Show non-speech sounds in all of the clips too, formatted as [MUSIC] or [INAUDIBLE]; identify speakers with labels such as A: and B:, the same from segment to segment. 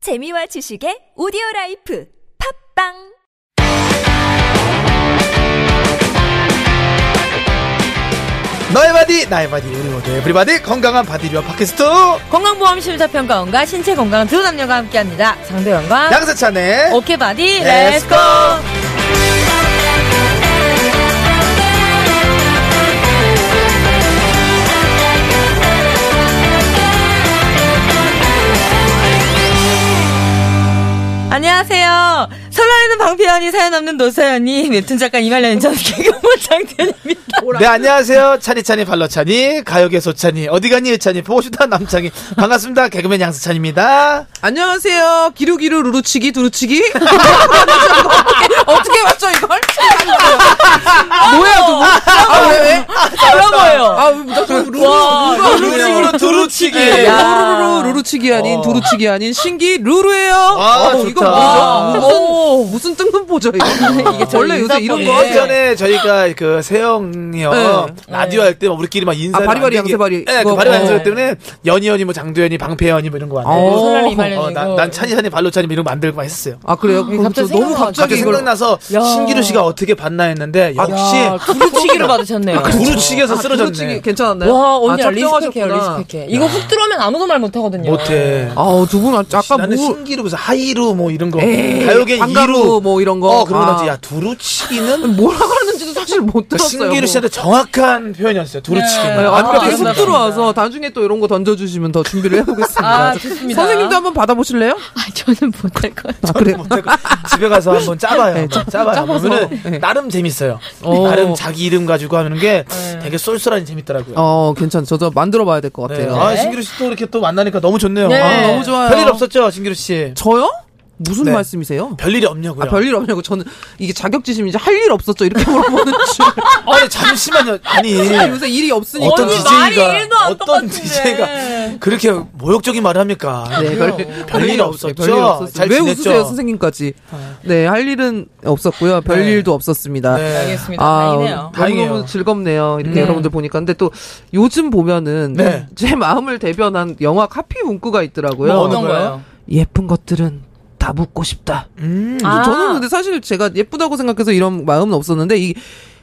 A: 재미와 지식의 오디오 라이프 팝빵
B: 너의 바디, 나의 바디, 우리 모두 에브리바디 건강한 바디리와 팟캐스트
C: 건강보험 심사평가원과 신체 건강 두 남녀가 함께합니다. 장도연과
B: 양세찬의
C: 오케이 바디
B: Let's
C: 렛츠고. 안녕하세요. 설날에는 방피연이 사연 없는 노사연이 웹툰 작가 이말년 전 개그먼 장도연입니다.
B: 네 안녕하세요 찬이찬이 발로찬이 가요계 소찬이 어디가니 의찬이 보고 싶다 남창이 반갑습니다 개그맨 양세찬입니다
D: 안녕하세요. 기루기루 루루치기 두루치기. [LAUGHS] 어떻게 맞죠 이걸? 뭐야 누구? 아왜 왜?
C: 어려워요.
D: 아나 그럼 루루
C: 와,
D: 루루
B: 루루치기로 두루치기
D: 루루루루 루루치기
C: 어.
D: 아닌 두루치기 아닌 신기 루루예요.
B: 아,
D: 어, 이거
B: 좋다.
D: 뭐죠? 무슨 무슨 뜬금 보죠
C: [LAUGHS]
D: 이거? 원래 요새 이런 거
B: 그 전에 저희가 그 세영이요
D: 네.
B: 라디오 할 때뭐 우리끼리 막 인사 예,
D: 아, 바리바리 양세바리.
B: 네그
D: 그거.
B: 바리바리
D: 어.
B: 양세바리 때문에 연희연이 뭐 장도연이 방패연이 뭐 이런 거 안
D: 어.
B: 되고
C: 설날
B: 어,
C: 이말년이고.
B: 난, 난 찬이찬이 발로찬이 뭐 이런 거 만들고 막 했었어요
D: 아 그래요? 그럼
C: 갑자기
D: 저 너무
C: 생각나.
B: 갑자기
D: 갑자기 아, 이걸
B: 생각나서 신기루 씨가 어떻게 봤나 했는데 역시
D: 그
C: 두루치기로 받으셨네요.
B: 두루치기에서 쓰러졌네
D: 아, 두루치기 괜찮았나요?
C: 와, 언니
D: 아,
C: 리스펙해요,
D: 작정하셨구나.
C: 리스펙해. 이거 훅 들어오면 아무도 말 못하거든요.
B: 못해
D: 아우 두분 아까
B: 나는
D: 뭐
B: 신기루 무슨 하이루 뭐 이런 거
D: 에이,
B: 가요계
D: 방가루
B: 이루
D: 뭐 이런 거.
B: 어 그러고
D: 아.
B: 나서 야
D: [LAUGHS]
B: 두루치기는
D: 뭐라고 하는지도 사실 못
B: 그러니까
D: 들었어요. 뭐.
B: 신기루 씨한테 정확한 표현이었어요 두루치기는
C: 네.
D: 아, 갑자기
C: 아,
D: 쑥
C: 감사합니다.
D: 들어와서 나중에 또 이런 거 던져주시면 더 준비를 해보겠습니다.
C: 아, 좋습니다.
D: 선생님도 한번 받아보실래요?
E: 아, 저는 못할 것 같아요.
D: 아, 그래요?
B: 제가 집에 가서 한번 짜봐요
D: 네, 짜-
B: 짜봐요
D: 짜봐서.
B: 그러면은
D: 네.
B: 나름 재밌어요
D: 오.
B: 나름 자기 이름 가지고 하는 게 되게 쏠쏠하니 재밌더라고요
D: 네. 어, 괜찮. 저도 만들어봐야 될 것
B: 네.
D: 같아요.
B: 아 신기루 씨 또 이렇게 또 만나니까 너무 좋네요
C: 네.
B: 아,
D: 너무 좋아요.
B: 별일 없었죠 신기루 씨
D: 저요? 무슨
B: 네.
D: 말씀이세요?
B: 별일이 없냐고요
D: 아, 별일 없냐고. 저는 이게 자격지심인지 할 일 없었죠. 이렇게
B: [LAUGHS]
D: 물어보는 줄.
B: 아니 잠시만요 아니
D: 요새 일이 없으니까.
B: 예. 어떤
C: 언니 말이 일도
B: DJ가
C: 안
B: 어떤
C: 똑같은데.
B: DJ가 그렇게 모욕적인 말을 합니까
D: 네, 별,
B: 별일 없었죠?
D: 별일 없었어요.
B: 잘
D: 왜
B: 지냈죠? 아.
D: 웃으세요, 선생님까지? 네, 할 일은 없었고요. 별
B: 네.
D: 일도 없었습니다.
B: 네.
C: 알겠습니다. 다행이네요.
B: 다행이에요. 음.
D: 아, 너무너무 즐겁네요. 이렇게 여러분들 보니까. 근데 또 요즘 보면은
B: 네.
D: [LAUGHS] 제 마음을 대변한 영화 카피 문구가 있더라고요.
B: 뭐
C: 어떤
B: 어느
C: 거예요?
D: 예쁜 것들은 다 묻고 싶다.
B: 음.
C: 아.
D: 저는 근데 사실 제가 예쁘다고 생각해서 이런 마음은 없었는데 이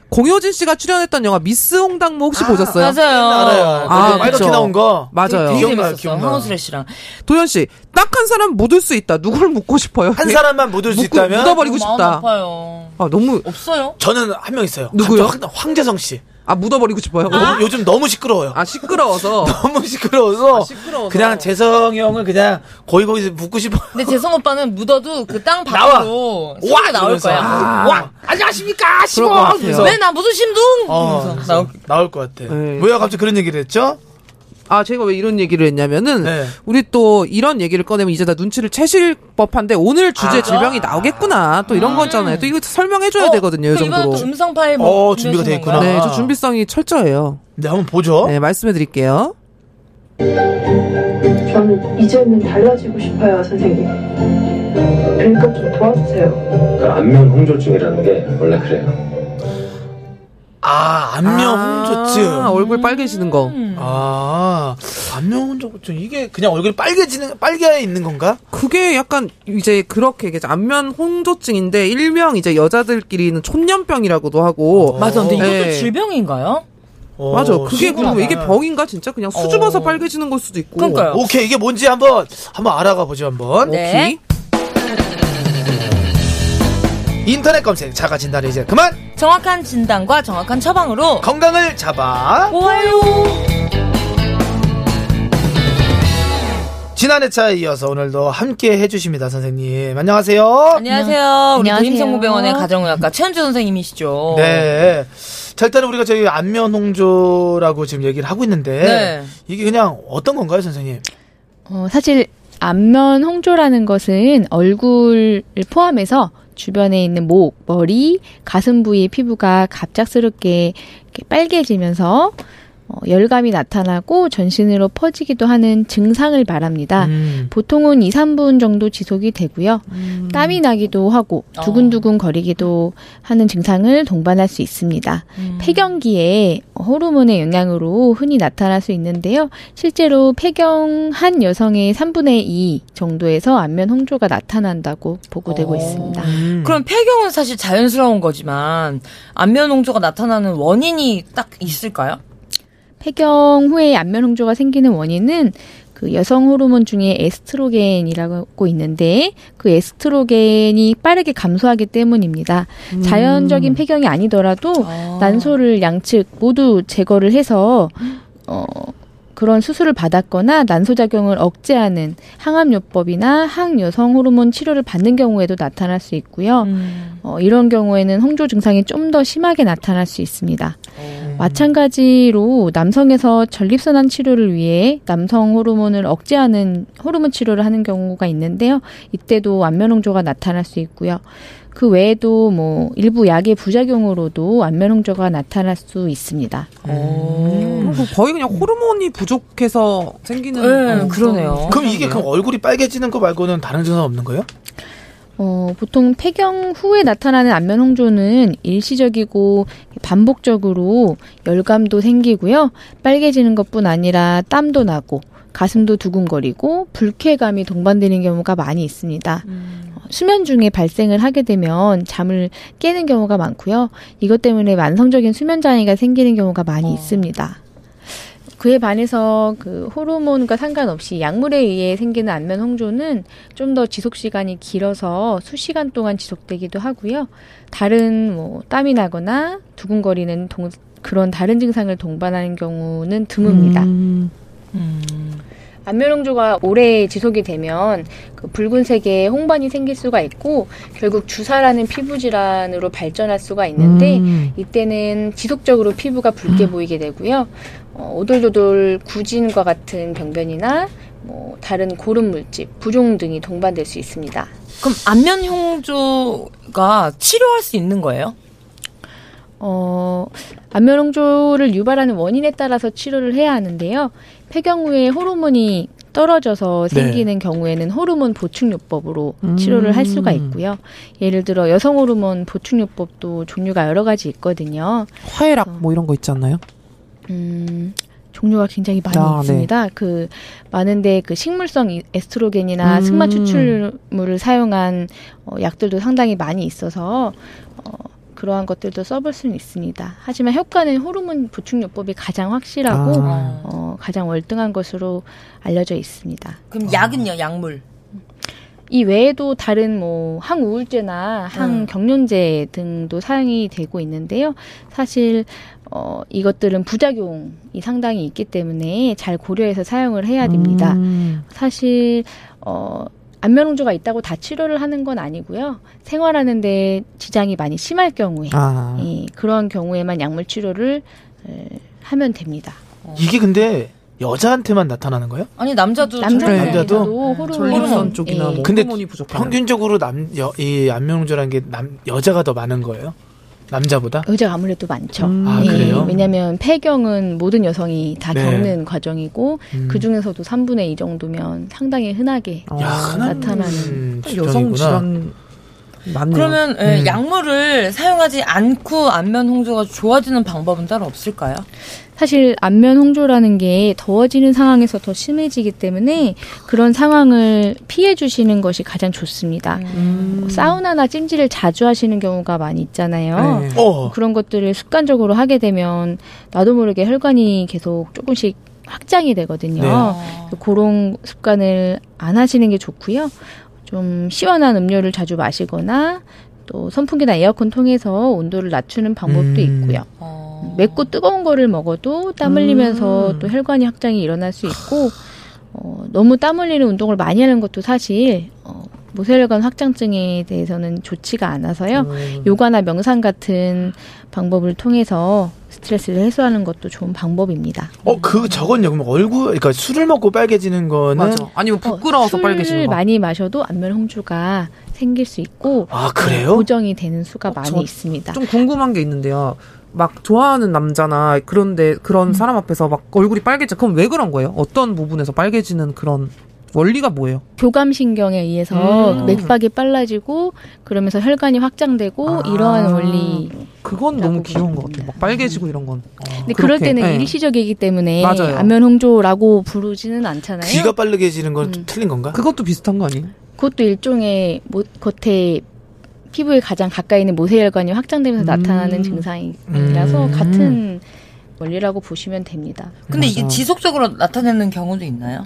D: 공효진 씨가 출연했던 영화 미스 홍당무 혹시 보셨어요?
C: 맞아요.
B: 알아요.
D: 아,
B: 아, 빨갛게
D: 그쵸.
B: 나온 거.
D: 맞아요.
C: 되게
B: 기억나요,
C: 재밌었어.
B: 기억나요.
C: 황호슬래 씨랑.
D: 도현 씨, 딱 한 사람 묻을 수 있다. 누굴 묻고 싶어요?
B: 한 사람만 묻을 수
D: 묻고,
B: 있다면
D: 묻어버리고
C: 마음
D: 싶다.
C: 아파요.
D: 아 너무
C: 없어요?
B: 저는 한 명 있어요.
D: 누구요?
B: 갑자기 황- 황재성 씨.
D: 아 묻어버리고 싶어요.
B: 요- 요즘 너무 시끄러워요.
C: [LAUGHS]
D: 아 시끄러워서.
B: [LAUGHS] 너무 시끄러워서,
D: 시끄러워서.
B: 그냥 재성 형은 그냥 거의 거기서 묻고 싶어.
C: 근데 재성 오빠는 묻어도 그 땅
B: [LAUGHS] 나와.
C: 밖으로
B: 와
C: 소리가 나올
B: 이러면서.
C: 거야.
B: 아, 와 안녕하십니까
D: 그럴 것
B: 시원.
D: 같아요.
B: 그래서
C: 왜 나 무슨 심둥?
B: 어,
C: 이러면서 나올
B: 나올 것 같아.
D: 네.
B: 왜요? 갑자기 그런 얘기를 했죠?
D: 아 제가 왜 이런 얘기를 했냐면은
B: 네.
D: 우리 또 이런 얘기를 꺼내면 이제 다 눈치를 채실 법한데 오늘
C: 아,
D: 주제
C: 그렇죠.
D: 질병이 나오겠구나. 또 이런 거 있잖아요. 또 이거 설명해줘야 되거든요. 이
C: 음. 그 이번에
D: 정도로.
C: 또 음성 파일
B: 어,
C: 뭐
B: 준비가 돼
C: 준비하신
B: 있구나.
C: 건가요?
D: 네,
B: 아.
D: 저 준비성이 철저해요.
B: 네, 한번
C: 어?
B: 보죠.
D: 네, 말씀해드릴게요.
F: 저는 이제는 달라지고 싶어요, 선생님. 그러니까 좀 도와주세요.
G: 그 안면 홍조증이라는 게 원래 그래요.
B: 아, 안면 홍조증.
D: 아, 얼굴 빨개지는 거.
C: 음.
B: 아, 안면 홍조증. 이게 그냥 얼굴이 빨개지는, 빨개 있는 건가?
D: 그게 약간 이제 그렇게 얘기하죠. 안면 홍조증인데 일명 이제 여자들끼리는 촌년병이라고도 하고.
C: 어, 맞아, 근데 이것도
D: 네.
C: 질병인가요?
B: 어,
D: 맞아. 그게
B: 신기하다.
D: 궁금해. 이게 병인가 진짜 그냥 수줍어서
B: 어.
D: 빨개지는 걸 수도 있고.
C: 그러니까요.
B: 오케이 이게 뭔지 한번 한번 알아가 보죠 한번
C: 네.
B: 인터넷 검색 자가 진단을 이제 그만
C: 정확한 진단과 정확한 처방으로
B: 건강을 잡아
C: 고와요.
B: 지난 회차에 이어서 오늘도 함께 해주십니다 선생님 안녕하세요
C: 안녕하세요. 우리
E: 안녕하세요.
C: 도심성모병원의 가정의학과 최현주 선생님이시죠.
B: 네. 자, 일단은 우리가 저희 안면홍조라고 지금 얘기를 하고 있는데
C: 네.
B: 이게 그냥 어떤 건가요, 선생님?
E: 어, 사실 안면 홍조라는 것은 얼굴을 포함해서 주변에 있는 목, 머리, 가슴 부위 피부가 갑작스럽게 이렇게 빨개지면서 어, 열감이 나타나고 전신으로 퍼지기도 하는 증상을
D: 아.
E: 말합니다.
B: 음.
E: 보통은 2, 3분 정도 지속이 되고요. 땀이 나기도 하고 두근두근 거리기도 하는 증상을 동반할 수 있습니다.
C: 음.
E: 폐경기에 호르몬의 영향으로 흔히 나타날 수 있는데요. 실제로 폐경한 여성의 3분의 2 정도에서 안면 홍조가 나타난다고 보고되고
C: 어.
E: 있습니다.
B: 음.
C: 그럼 폐경은 사실 자연스러운 거지만 안면 홍조가 나타나는 원인이 딱 있을까요?
E: 폐경 후에 안면 홍조가 생기는 원인은 그 여성 호르몬 중에 에스트로겐이라고 있는데 그 에스트로겐이 빠르게 감소하기 때문입니다. 자연적인 폐경이 아니더라도 어, 난소를 양측 모두 제거를 해서 어 그런 수술을 받았거나 난소 작용을 억제하는 항암요법이나 항여성 호르몬 치료를 받는 경우에도 나타날 수 있고요.
C: 음.
E: 어, 이런 경우에는 홍조 증상이 좀 더 심하게 나타날 수 있습니다. 마찬가지로 남성에서 전립선암 치료를 위해 남성 호르몬을 억제하는 호르몬 치료를 하는 경우가 있는데요. 이때도 안면홍조가 나타날 수 있고요. 그 외에도 뭐 일부 약의 부작용으로도 안면홍조가 나타날 수 있습니다.
B: 음.
C: 오.
D: 그리고 거의 그냥 호르몬이 부족해서 생기는.
C: 네,
D: 어,
C: 그러네요.
B: 그럼 이게 그럼 얼굴이 빨개지는 거 말고는 다른 증상 없는 거예요?
E: 어, 보통 폐경 후에 나타나는 안면 홍조는 일시적이고 반복적으로 열감도 생기고요. 빨개지는 것뿐 아니라 땀도 나고 가슴도 두근거리고 불쾌감이 동반되는 경우가 많이 있습니다. 어, 수면 중에 발생을 하게 되면 잠을 깨는 경우가 많고요. 이것 때문에 만성적인 수면 장애가 생기는 경우가 많이 있습니다. 그에 반해서 그 호르몬과 상관없이 약물에 의해 생기는 안면 홍조는 좀 더 지속 시간이 길어서 수시간 동안 지속되기도 하고요. 다른 뭐 땀이 나거나 두근거리는 동- 그런 다른 증상을 동반하는 경우는 드뭅니다.
D: 음.
C: 음.
E: 안면 홍조가 오래 지속이 되면 그 붉은색의 홍반이 생길 수가 있고 결국 주사라는 피부 질환으로 발전할 수가 있는데
D: 음.
E: 이때는 지속적으로 피부가 붉게 보이게 되고요. 어, 오돌도돌 구진과 같은 병변이나 뭐 다른 고름 물집, 부종 등이 동반될 수 있습니다.
C: 그럼 안면 홍조가 치료할 수 있는 거예요?
E: 어, 안면홍조를 유발하는 원인에 따라서 치료를 해야 하는데요. 폐경 후에 호르몬이 떨어져서
B: 네.
E: 생기는 경우에는 호르몬 보충요법으로
D: 음.
E: 치료를 할 수가 있고요. 예를 들어 여성 호르몬 보충요법도 종류가 여러 가지 있거든요.
D: 화해락 뭐 이런 거 있지 않나요?
E: 음, 종류가 굉장히 많이
D: 아,
E: 있습니다. 그 많은데 그 식물성 이- 에스트로겐이나
D: 음.
E: 승마 추출물을 사용한 어, 약들도 상당히 많이 있어서 어, 그러한 것들도 써볼 수는 있습니다. 하지만 효과는 호르몬 보충요법이 가장 확실하고
D: 아.
E: 어, 가장 월등한 것으로 알려져 있습니다.
C: 그럼 약은요, 약물.
E: 이 외에도 다른 뭐 항우울제나 항경련제 등도 사용이 되고 있는데요. 사실 어 이것들은 부작용이 상당히 있기 때문에 잘 고려해서 사용을 해야 됩니다.
D: 음.
E: 사실 어 안면홍조가 있다고 다 치료를 하는 건 아니고요. 생활하는데 지장이 많이 심할 경우에
D: 아.
E: 예, 그런 경우에만 약물 치료를 에, 하면 됩니다.
B: 이게 근데 여자한테만 나타나는 거예요?
C: 아니, 남자도.
E: 남자는
C: 저렇게-
B: 남자도?
E: 호르몬
D: 전립선 쪽이나
E: 예,
D: 뭐
B: 근데
D: 호르몬이 부족한.
B: 평균적으로 남 여 이 안면홍조라는 게 남 여자가 더 많은 거예요? 남자보다?
E: 의자가 아무래도 많죠. 예.
D: 음.
B: 아, 그래요?
E: 왜냐하면 폐경은 모든 여성이 다
B: 네.
E: 겪는 과정이고
B: 음.
E: 그 중에서도 3분의 2 정도면 상당히 흔하게
D: 어.
B: 야, 흔한
E: 나타나는
B: 음,
D: 여성
B: 질환이구나.
D: 질환 맞네요.
C: 그러면 예,
B: 음.
C: 약물을 사용하지 않고 안면 홍조가 좋아지는 방법은 따로 없을까요?
E: 사실 안면 홍조라는 게 더워지는 상황에서 더 심해지기 때문에 그런 상황을 피해 주시는 것이 가장 좋습니다.
D: 음. 네.
B: 음.
E: 뭐 사우나나 찜질을 자주 하시는 경우가 많이 있잖아요. 뭐
D: 네.
B: 어.
E: 그런 것들을 습관적으로 하게 되면 나도 모르게 혈관이 계속 조금씩 확장이 되거든요.
C: 네.
E: 그런 습관을 안 하시는 게 좋고요. 좀 시원한 음료를 자주 마시거나 또 선풍기나 에어컨 통해서 온도를 낮추는
B: 음.
E: 방법도 있고요.
C: 어.
E: 맵고 뜨거운 거를 먹어도 땀 흘리면서 또 혈관이 확장이 일어날 수 있고 어, 너무 땀 흘리는 운동을 많이 하는 것도 사실 어, 모세혈관 확장증에 대해서는 좋지가 않아서요. 요가나 명상 같은 방법을 통해서 스트레스를 해소하는 것도 좋은 방법입니다.
B: 어, 그 저건요. 그럼 얼굴 그러니까 술을 먹고 빨개지는 거는
D: 맞아. 아니면 뭐 부끄러워서
E: 어, 술을
D: 빨개지는 거.
E: 많이 마셔도 안면 홍조가 생길 수 있고
B: 아, 그래요?
E: 어, 보정이 되는 수가 많이
D: 어, 저
E: 있습니다.
D: 좀 궁금한 게 있는데요. 막 좋아하는 남자나 그런데 그런 사람 앞에서 막 얼굴이 빨개져 그럼 왜 그런 거예요? 어떤 부분에서 빨개지는 그런 원리가 뭐예요?
E: 교감신경에 의해서
D: 음.
E: 맥박이 빨라지고 그러면서 혈관이 확장되고
D: 아.
E: 이러한 원리.
D: 그건 너무
E: 라고
D: 귀여운 것
E: 보면
D: 같아요. 막 빨개지고 이런 건. 어,
E: 근데 그럴
D: 그렇게,
E: 때는
D: 예.
E: 일시적이기 때문에
D: 맞아요.
E: 안면홍조라고 부르지는 않잖아요.
B: 귀가 빠르게지는 건 틀린 건가?
D: 그것도 비슷한 거 아니에요?
E: 그것도 일종의 모, 겉에 피부에 가장 가까이 있는 모세혈관이 확장되면서
D: 음.
E: 나타나는 증상이라서
D: 음.
E: 같은 원리라고 보시면 됩니다.
C: 근데 이게
D: 맞아.
C: 지속적으로 나타내는 경우도 있나요?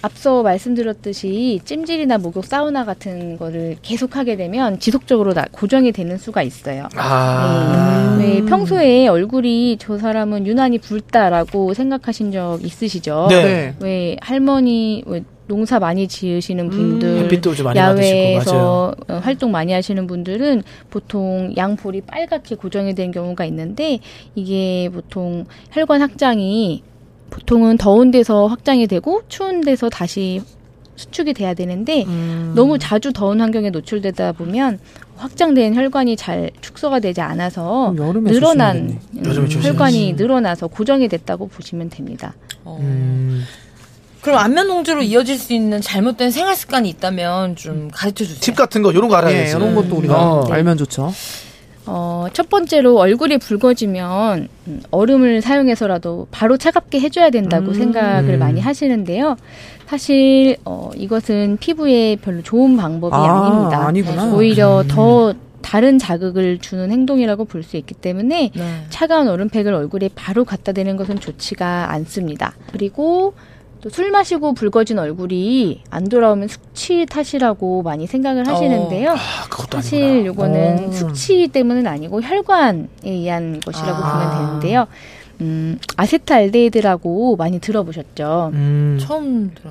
E: 앞서 말씀드렸듯이 찜질이나 목욕, 사우나 같은 거를 계속하게 되면 지속적으로 나- 고정이 되는 수가 있어요.
B: 아.
E: 네, 평소에 얼굴이 저 사람은 유난히 붉다라고 생각하신 적 있으시죠?
B: 네.
E: 왜 할머니 왜 농사 많이 지으시는 분들
B: 햇빛도 좀 많이 받으시고 맞아요.
E: 야외에서 어, 활동 많이 하시는 분들은 보통 양볼이 빨갛게 고정이 된 경우가 있는데 이게 보통 혈관 확장이 보통은 더운 데서 확장이 되고 추운 데서 다시 수축이 돼야 되는데
B: 음.
D: 음.
E: 너무 자주 더운 환경에 노출되다 보면 확장된 혈관이 잘 축소가 되지 않아서
D: 그럼 여름에
E: 늘어난
B: 요즘에 음,
E: 음,
B: 조심해야지.
E: 혈관이 늘어나서 고정이 됐다고 보시면 됩니다.
C: 어.
B: 음.
C: 그럼 안면 홍조로 이어질 수 있는 잘못된 생활 습관이 있다면 좀 가르쳐 주세요.
B: 팁 같은 거 요런 거 알아야지.
D: 예, 이런 것도 우리가
B: 어.
D: 알면 좋죠.
E: 어, 첫 번째로 얼굴이 붉어지면 음, 얼음을 사용해서라도 바로 차갑게 해줘야 된다고
D: 음.
E: 생각을 많이 하시는데요. 사실 어, 이것은 피부에 별로 좋은 방법이 아, 닙니다
D: 아니구나.
E: 오히려 더 다른 자극을 주는 행동이라고 볼 수 있기 때문에
C: 네.
E: 차가운 얼음팩을 얼굴에 바로 갖다 대는 것은 좋지가 않습니다. 그리고 또 술 마시고 붉어진 얼굴이 안 돌아오면 숙취 탓이라고 많이 생각을 하시는데요.
B: 아, 그것도
E: 사실
B: 아니구나. 어.
E: 요거는
D: 오.
E: 숙취 때문은 아니고 혈관에 의한 것이라고
C: 아.
E: 보면 되는데요. 음, 아세트알데히드라고 많이 들어보셨죠.
B: 음. [LAUGHS]
C: 처음 들어.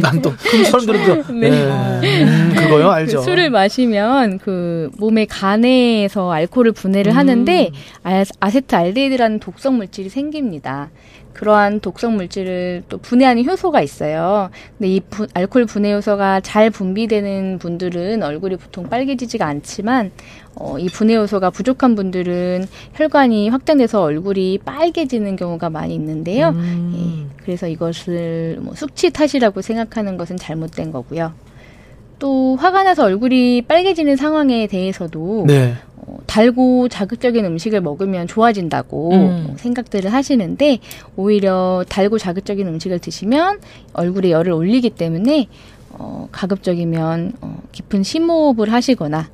B: 난또 처음 들은 거. 네. 음, 그거요 알죠.
E: 그 술을 마시면 그 몸의 간에서 알코올을 분해를
B: 음.
E: 하는데 아- 아세트알데히드라는 독성 물질이 생깁니다. 그러한 독성 물질을 또 분해하는 효소가 있어요. 근데 이 부- 알코올 분해 효소가 잘 분비되는 분들은 얼굴이 보통 빨개지지가 않지만 어, 이 분해 효소가 부족한 분들은 혈관이 확장돼서 얼굴이 빨개지는 경우가 많이 있는데요. 예, 그래서 이것을 뭐 숙취 탓이라고 생각하는 것은 잘못된 거고요. 또 화가 나서 얼굴이 빨개지는 상황에 대해서도
B: 네.
E: 어, 달고 자극적인 음식을 먹으면 좋아진다고
C: 음.
E: 어, 생각들을 하시는데 오히려 달고 자극적인 음식을 드시면 얼굴에 열을 올리기 때문에 어, 가급적이면 어, 깊은 심호흡을 하시거나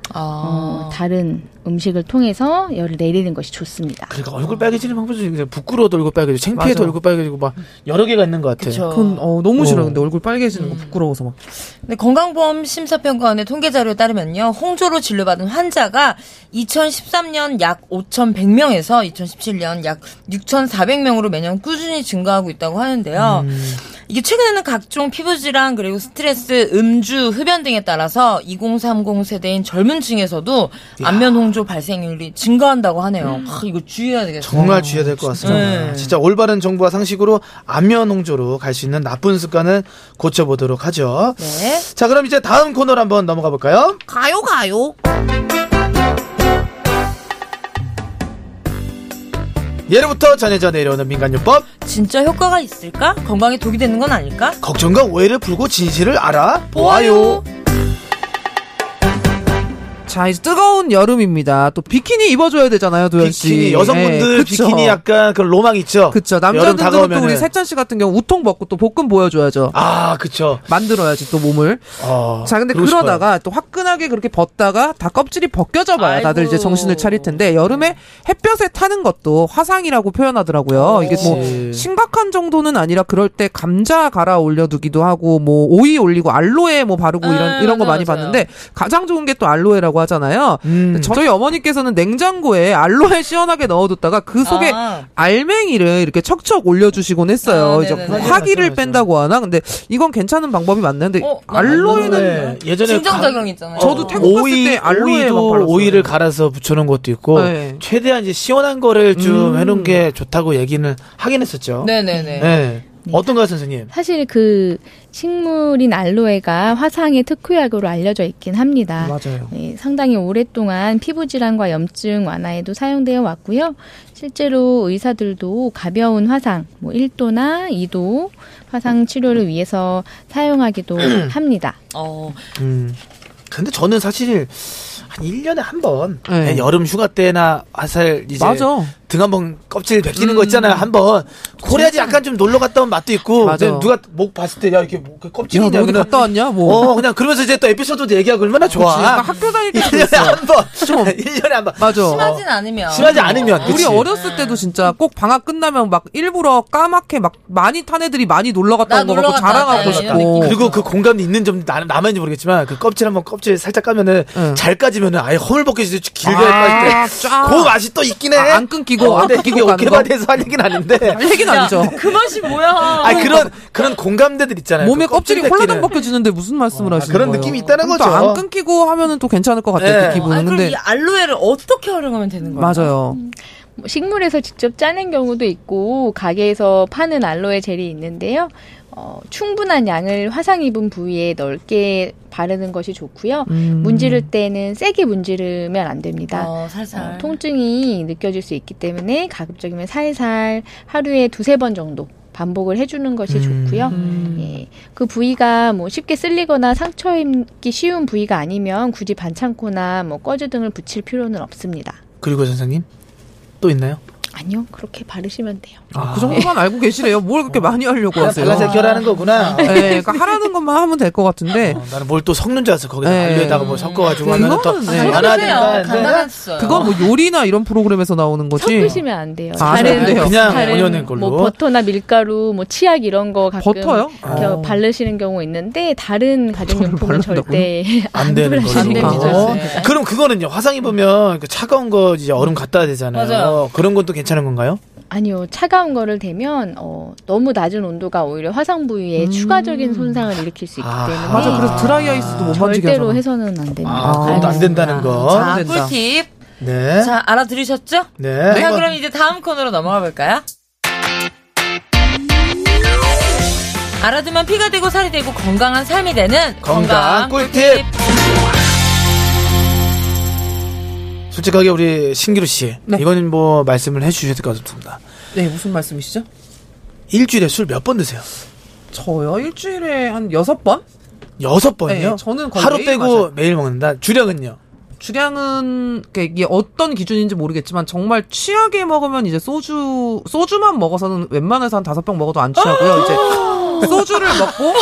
C: 아.
E: 어, 다른 음식을 통해서 열을 내리는 것이 좋습니다.
B: 그러니까 얼굴 빨개지는 방법이 이제 부끄러워도 얼굴 빨개지고 창피해도
D: 맞아.
B: 얼굴 빨개지고 막 여러 개가 있는 것 같아.
C: 그쵸.
D: 그건 어, 너무 싫어.
B: 어.
D: 근데 얼굴 빨개지는 거 부끄러워서 막.
C: 근데 네, 건강보험 심사평가원의 통계 자료에 따르면요, 홍조로 진료받은 환자가 2013년 약 5,100명에서 2017년 약 6,400명으로 매년 꾸준히 증가하고 있다고 하는데요.
B: 음.
C: 이게 최근에는 각종 피부 질환 그리고 스트레스, 음주, 흡연 등에 따라서 2030 세대인 젊은 층에서도 안면 홍조 발생률이 증가한다고 하네요.
B: 음.
C: 아, 이거 주의해야 되겠어요.
B: 정말 주의해야 될 것 같습니다.
C: 진짜. 네.
B: 진짜 올바른 정보와 상식으로 안면 홍조로 갈 수 있는 나쁜 습관을 고쳐보도록 하죠.
C: 네.
B: 자, 그럼 이제 다음 코너로 한번 넘어가 볼까요?
C: 가요 가요.
B: 예로부터 전해져 내려오는 민간요법
C: 진짜 효과가 있을까? 건강에 독이 되는 건 아닐까?
B: 걱정과 오해를 풀고 진실을 알아보아요.
D: 자, 이제 뜨거운 여름입니다. 또 비키니 입어줘야 되잖아요, 도현 씨.
B: 비키니 여성분들
D: 예, 그쵸.
B: 비키니 약간 네, 그런 로망 있죠.
D: 그쵸.
B: 여름
D: 남자들도 또
B: 다가오면은.
D: 우리 세찬 씨 같은 경우 우통 벗고 또 복근 보여줘야죠.
B: 아, 그쵸.
D: 만들어야지 또 몸을.
B: 어,
D: 자, 근데
B: 그러고 싶어요.
D: 아, 그러다가 또 화끈하게 그렇게 벗다가 다 껍질이 벗겨져 봐야 다들 이제
C: 아이고.
D: 정신을 차릴 텐데 여름에 햇볕에 타는 것도 화상이라고 표현하더라고요. 이게 뭐
B: 그치.
D: 심각한 정도는 아니라 그럴 때 감자 갈아 올려두기도 하고 뭐 오이 올리고 알로에 뭐 바르고
C: 아,
D: 이런 이런 거
C: 맞아,
D: 많이
C: 맞아요.
D: 봤는데 가장 좋은 게 또 알로에라고 하잖아요.
B: 음.
D: 저- 저희 어머니께서는 냉장고에 알로에 [LAUGHS] 시원하게 넣어뒀다가 그 속에
C: 아.
D: 알맹이를 이렇게 척척 올려주시곤 했어요.
C: 아,
D: 이제
C: 네네네.
D: 화기를
B: 맞아, 맞아.
D: 뺀다고 하나? 근데 이건 괜찮은 방법이 맞는데
C: 어, 맞아.
D: 알로에는
B: 네, 예전에
C: 신정작용 있잖아요.
D: 저도 태국 갔을 때 알로에 막
B: 어, 오이도
D: 발랐어요.
B: 오이를 갈아서 붙여놓은 것도 있고
D: 네. 음.
B: 최대한 이제 시원한 거를 좀 해놓은 게 좋다고 얘기는 하긴 했었죠.
C: 어. 네네네.
B: 네. 어떤가요, 선생님?
E: 사실 그 식물인 알로에가 화상의 특효약으로 알려져 있긴 합니다.
D: 맞아요.
E: 예, 상당히 오랫동안 피부 질환과 염증 완화에도 사용되어 왔고요. 실제로 의사들도 가벼운 화상, 뭐 1도나 2도 화상 치료를 위해서
D: [CLEARS THROAT]
E: 사용하기도 합니다.
C: 어,
B: 음. 근데 저는 사실 한 1년에 한 번
D: 네.
B: 여름 휴가 때나 화살 이제
D: 맞아. 음.
B: 등 한 번 껍질 벗기는 거 있잖아요. 한번 코리아지 약간 좀 놀러 갔다 온 맛도 있고
D: 맞아.
B: 근데 누가 목 봤을 때 야 이렇게 목
D: 야, 너
B: 껍질이냐
D: 어디
B: 그러면
D: 갔다 왔냐? 뭐.
B: 어 그냥 그러면서 이제 또 에피소드도 얘기하고 얼마나
D: 그치. 나
B: 좋아.
D: 학교 다닐 때도
B: 1년에
D: 그랬어.
B: 한 번. [LAUGHS]
D: 좀.
B: 1년에 한 번.
D: 맞아.
C: 심하진 않으면.
B: 심하지 않으면,
C: 어,
B: 아, 그치.
D: 우리 어렸을 때도 진짜 꼭 방학 끝나면 막 일부러 까맣게 막 많이 탄 애들이 많이 놀러 갔다
C: 나
D: 온 거
C: 놀러
D: 갖고
C: 갔다
D: 자랑하고
C: 왔다 이런
D: 싶고.
C: 느낌.
B: 그리고 그 공감이 있는 점 나- 남았는지 모르겠지만 그 껍질 한번 껍질 살짝 까면은
D: 응.
B: 잘 까지면은 아예 허물 벗겨지듯 길게
D: 아,
B: 까질 때
D: 쫙.
B: 그 맛이 또 있긴 해.
D: 아, 안 끊기고,
B: 어,
D: 안
B: 근데 이게
D: 끊기고 가는 거.
B: 오케바디에서 할 얘기는 아닌데.
D: 할 얘기는 [LAUGHS] 아니죠.
C: [LAUGHS] 그 맛이 뭐야.
B: 아 그런 그런 공감대들 있잖아요.
D: 몸에
B: 그
D: 껍질이
B: 껍질 벗기는.
D: 홀라당 벗겨지는데 무슨 말씀을
B: 아,
D: 하시는
B: 그런
D: 거예요?
B: 느낌이 있다는
D: 그럼
B: 거죠.
D: 또안 끊기고 하면은 또 괜찮을 것 같아요.
B: 네.
D: 그
C: 아, 음.
D: 기분은.
C: 그럼
D: 근데
C: 이 알로에를 어떻게 활용하면 되는 거야?
D: 맞아요.
E: 뭐 식물에서 직접 짜낸 경우도 있고 가게에서 파는 알로에 젤이 있는데요. 어, 충분한 양을 화상 입은 부위에 넓게 바르는 것이 좋고요.
D: 음.
E: 문지를 때는 세게 문지르면 안 됩니다.
C: 어, 살살.
E: 어, 통증이 느껴질 수 있기 때문에 가급적이면 살살 하루에 두세 번 정도 반복을 해주는 것이
B: 음.
E: 좋고요.
D: 음.
E: 예, 그 부위가 뭐 쉽게 쓸리거나 상처 입기 쉬운 부위가 아니면 굳이 반창고나 뭐 꺼즈 등을 붙일 필요는 없습니다.
B: 그리고 선생님 또 있나요?
E: 아니요, 그렇게 바르시면 돼요.
D: 아, 그 정도만 알고 계시래요. 뭘 그렇게 많이 하려고
B: 그냥
D: 하세요?
B: 발라서 결하는 거구나.
D: 네, 그러니까 하라는 것만 하면 될 것 같은데.
B: 어, 나는 뭘 또 섞는 줄 알았어. 거기다
D: 네.
B: 알료에다가 뭘 섞어가지고
D: 그거는
B: 하면 또
D: 네.
C: 아,
B: 많아야
C: 해요.
B: 된다. 했는데
C: 간단했어요.
D: 그건 뭐 요리나 이런 프로그램에서 나오는 거지.
E: 섞으시면 안 돼요.
D: 아, 안 돼요?
B: 그냥 원연한 걸로?
E: 뭐 버터나 밀가루, 뭐 치약 이런 거 가끔
D: 버터요?
E: 이렇게
D: 어.
E: 바르시는 경우 있는데 다른 가정용품은 절대
D: 네.
B: 안 되는
E: 안
B: 거죠.
C: 되는 거죠.
B: 어,
C: 네.
B: 그럼 그거는요. 화상 입으면 그 차가운 거 이제 얼음 갖다 대잖아요. 어,
C: 맞아요.
B: 그런 것도 괜찮은 건가요?
E: [LAUGHS] 아니요 차가운 거를 대면 어, 너무 낮은 온도가 오히려 화상 부위에 추가적인 손상을 일으킬 수 있기
B: 아,
E: 때문에
D: 음. 맞아. 그래서 드라이 아이스도 못 만지게 하잖아.
E: 절대로 해서는 안 됩니다.
B: 아, 그것도 안
E: 알겠습니다.
B: 된다는 거.
C: 자,
D: 된다.
C: 꿀팁.
B: 네.
C: 자, 알아들으셨죠?
B: 네.
C: 자, 그럼 이제 다음 코너로 넘어가 볼까요? 알아두면 피가 되고 살이 되고 건강한 삶이 되는
B: 건강 꿀팁. 솔직하게 우리 신기루 씨,
D: 네.
B: 이건 뭐 말씀을 해주셔야 될 것 같습니다.
D: 네, 무슨 말씀이시죠?
B: 일주일에 술 몇 번 드세요?
D: 저요? 일주일에 한 여섯 번?
B: 여섯 번이요?
D: 네, 저는 거의
B: 하루
D: 매일
B: 빼고
D: 마셔요.
B: 매일 먹는다. 주량은요?
D: 주량은 그러니까 이게 어떤 기준인지 모르겠지만 정말 취하게 먹으면 이제 소주 소주만 먹어서는 웬만해서 한 다섯 병 먹어도 안 취하고요. 이제 소주를 먹고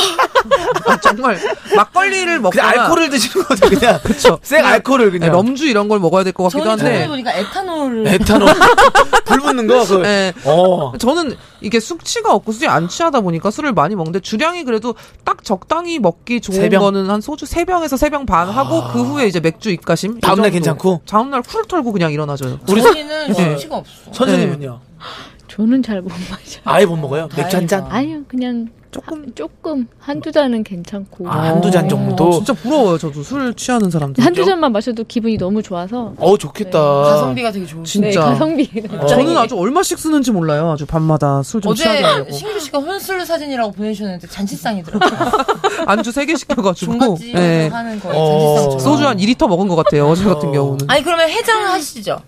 D: 아, 정말 막걸리를
B: 그냥
D: 먹거나
B: 알코올을 드시는 거죠, 그냥.
D: 그쵸.
B: 생 알코올을
D: 네,
B: 그냥.
D: 럼주 이런 걸 먹어야 될 것 같기도
C: 저는 저번에
D: 한데
C: 보니까 에탄올을
B: 에탄올. [LAUGHS] 불 붙는 거, 그.
D: 네.
B: 어.
D: 저는 이게 숙취가 없고 술이 안 취하다 보니까 술을 많이 먹는데 주량이 그래도 딱 적당히 먹기
B: 세
D: 좋은
B: 병? 아.
D: 거는 한 소주 세병에서세 병 반 하고 그 후에 이제 맥주 입가심 이
B: 다음날
D: 정도.
B: 괜찮고?
D: 다음날 쿨 털고 그냥 일어나줘요.
B: 우리
C: 저희는
B: 네.
C: 수치가 없어.
B: 선생님은요?
E: 저는 잘 못 마셔.
B: 아예 못 먹어요? 맥주 한 잔?
C: 다행이다.
E: 아니요 그냥 조금 조금 한두 잔은 괜찮고
B: 아, 한두 잔
D: 어,
B: 정도?
D: 진짜 부러워요. 저도 술 취하는 사람들.
E: 한두 잔만 마셔도 기분이 너무 좋아서
B: 어, 좋겠다.
C: 가성비가 되게 좋은.
E: 네,
D: 진짜.
E: 가성비가
B: 어.
D: 저는 아주 얼마씩 쓰는지 몰라요. 아주 밤마다 술 좀 취하게
C: 어제
D: 하려고.
C: 신규 씨가 혼술 사진이라고 보내주셨는데
D: 아,
C: 잔치상이더라고요.
D: 안주 세 개 시켜가지고.
C: 중간집
D: 예.
C: 하는 거에
B: 어.
C: 잔치상.
D: 소주 한 2리터 먹은 것 같아요. 어제 같은 경우는.
C: 아니 그러면 해장하시죠.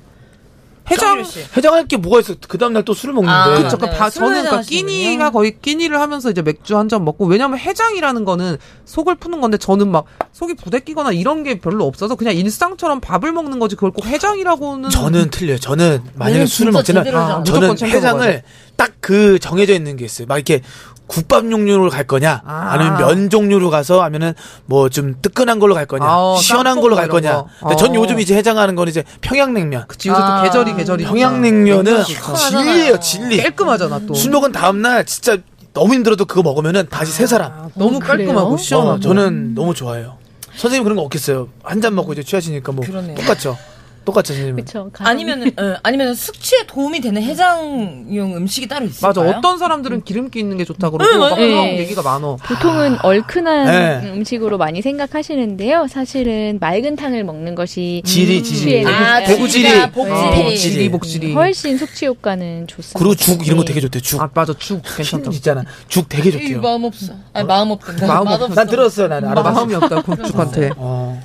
C: 신규
D: 해장.
C: 씨.
B: 해장할 게 뭐가 있어? 그 다음날 또 술을 먹는데.
C: 아,
D: 그쵸.
C: 네.
D: 그러니까 바-
C: 술
D: 저는 그러니까
C: 해장하시는군요.
D: 끼니가 거의 끼니를 하면서 이제 맥주 한 잔 먹고 왜냐면 해장이라는 거는 속을 푸는 건데 저는 막 속이 부대끼거나 이런 게 별로 없어서 그냥 일상처럼 밥을 먹는 거지 그걸 꼭 해장이라고는
B: 저는 틀려요. 저는 만약에
C: 얘는
B: 술을
C: 네, 진짜
B: 먹지는
C: 제대로 해장.
B: 저는
D: 음, 무조건 챙겨 먹어야
B: 해장을 딱 그 정해져 있는 게 있어요. 막 이렇게 국밥 종류로 갈 거냐,
D: 아.
B: 아. 니면면 종류로 가서 하면은 뭐 좀 뜨끈한 걸로 갈 거냐,
D: 아,
B: 시원한
D: 짬뽕
B: 걸로
D: 뭐
B: 갈
D: 이런
B: 거냐.
D: 거.
B: 근데 전
D: 어.
B: 요즘 이제 해장하는 건 이제 평양냉면.
D: 그치 요새
C: 아.
D: 또 계절이 계절이
B: 평양냉면은
C: 시원하잖아요.
B: 진리예요, 진리.
D: 깔끔하잖아 또
B: 술 먹은 다음 날 진짜 너무 힘들어도 그거 먹으면은 다시 세 사람.
D: 아, 너무
E: 음,
D: 깔끔하고
E: 그래요?
D: 시원하고
B: 어, 저는 너무 좋아해요. 선생님 그런 거 없겠어요. 한 잔 먹고 이제 취하시니까 뭐
C: 그러네요.
B: 똑같죠. 똑같죠, 선생님.
E: [LAUGHS] 그렇죠.
C: 아니면 예, 아니면 숙취에 도움이 되는 해장용 음식이 따로 있을까요?
D: 맞아. 어떤 사람들은 기름기 있는 게 좋다 그러고
C: 네,
D: 막
E: 맞아요.
D: 그런
E: 네.
D: 얘기가 많어.
E: 보통은 얼큰한
B: 아. 네.
E: 음식으로 많이 생각하시는데요. 사실은 맑은 탕을 먹는 것이
B: 지리, 지리.
E: 음.
C: 아,
E: 네.
B: 고구질이.
C: 진짜
D: 어,
C: 복질이.
B: 복질이.
D: 복지리 복지리.
E: 훨씬 숙취 효과는 좋습니다.
B: 그리고 죽 이런 거
E: 네.
B: 되게 좋대. 죽.
D: 아 맞아. 죽 괜찮다.
B: 흰 있잖아. 죽 되게
C: 에이,
B: 좋대요.
C: 마음 없어. 아니, 마음 없다.
D: 마음 없어.
B: 난 들었어, 나는 알아봤어.
D: 마음이 없다고 죽한테.
B: 어.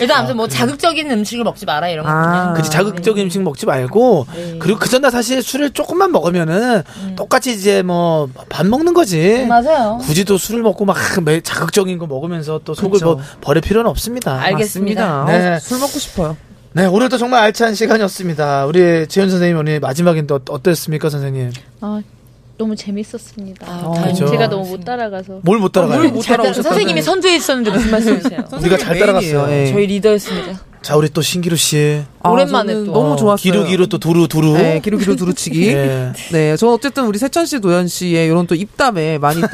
C: 일단 아무튼 뭐 자극적인 음식을 먹지 마라 이런 거.
D: 아.
B: 그치 자극적인 음식 먹지 말고
E: 네.
B: 그리고 그 전날 사실 술을 조금만 먹으면은
D: 음.
B: 똑같이 이제 뭐 밥 먹는
D: 네,
B: 거지.
C: 맞아요.
B: 굳이 또 술을 먹고 막 매- 자극적인 거 먹으면서 또 속을
D: 그쵸. 아,
B: 버, 버릴 필요는 없습니다.
C: 알겠- 알겠습니다.
D: 맞습니다.
B: 네.
D: 어, 술 먹고 싶어요.
B: 네 오늘도 정말 알찬 시간이었습니다. 우리 재현 선생님 오늘 마지막인데 어- 어땠습니까 선생님?
E: 아, 너무 재밌었습니다.
C: 아,
E: 어,
B: 다행이죠.
E: 제가 너무 못 따라가서.
B: 뭘 못 따라가요?
D: 어, 뭘 못- 네.
C: 잘 따라-
D: 따라오셨다는-
C: 선생님이 선두에 있었는데 무슨 말씀이세요?
B: 우리가 잘 따라갔어요.
D: 메인이에요, 예.
C: 저희 리더였습니다.
B: 자 우리 또 신기루 씨
D: 아,
C: 오랜만에
D: 저는
C: 또.
D: 너무
B: 어,
D: 좋았어요.
B: 기루기루 또 두루 두루.
D: 네, 기루 기루 두루치기.
B: 예.
D: 네, 저 어쨌든 우리 세천 씨, 노현 씨의 이런 또 입담에 많이 또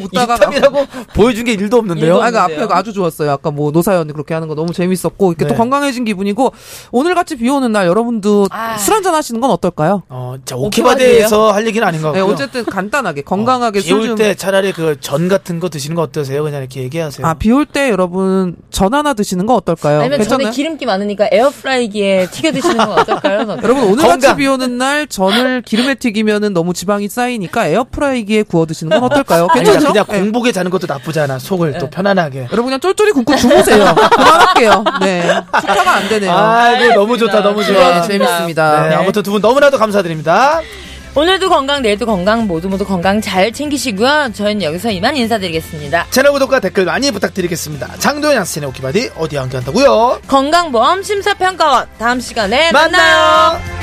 D: 웃다가 네,
B: 입담이라고 보여준 게 일도 없는데요.
D: 아까 그
C: 없는데요.
D: 앞에가 아주 좋았어요. 아까 뭐 노사연 그렇게 하는 거 너무 재밌었고 이렇게
B: 네.
D: 또 건강해진 기분이고 오늘 같이 비 오는 날 여러분도
C: 아.
D: 술 한잔 하시는 건 어떨까요?
B: 어, 자 오키바데에서 할 얘기는 아닌 것
D: 네,
B: 같고요. 어,
D: 어쨌든 간단하게 건강하게 술 좀.
B: 비올때 차라리 그 전 같은 거 드시는 거 어떠세요? 그냥 이렇게 얘기하세요.
D: 아, 비 올 때 여러분 전 하나 드시는 거 어떨까요?
C: 아니면
D: 괜찮아요?
C: 전에 기름기 많으니까 에어프라이기에 튀겨 드시는 건 어떨까요?
D: [LAUGHS] 여러분 오늘
B: 건강.
D: 같이 비 오는 날 전을 기름에 튀기면은 너무 지방이 쌓이니까 에어프라이기에 구워 드시는 건 어떨까요?
B: 아니, 그냥
D: 괜찮죠?
B: 그냥
D: 네.
B: 공복에 자는 것도 나쁘잖아. 속을 또 편안하게.
D: 여러분 그냥 쫄쫄이 굶고 주무세요. 그만할게요. 네. 숙타가 안 되네요.
B: 아이고 너무 좋다, 너무
D: 네,
B: 좋아. 네,
D: 재밌습니다.
B: 아무튼 두 분 너무나도 감사드립니다.
C: 오늘도 건강, 내일도 건강, 모두 모두 건강 잘 챙기시고요. 저희는 여기서 이만 인사드리겠습니다.
B: 채널 구독과 댓글 많이 부탁드리겠습니다. 장도연 양스의 오키바디 어디에 함께한다고요?
C: 건강보험 심사평가원 다음 시간에
B: 네, 만나요.
C: 만나요.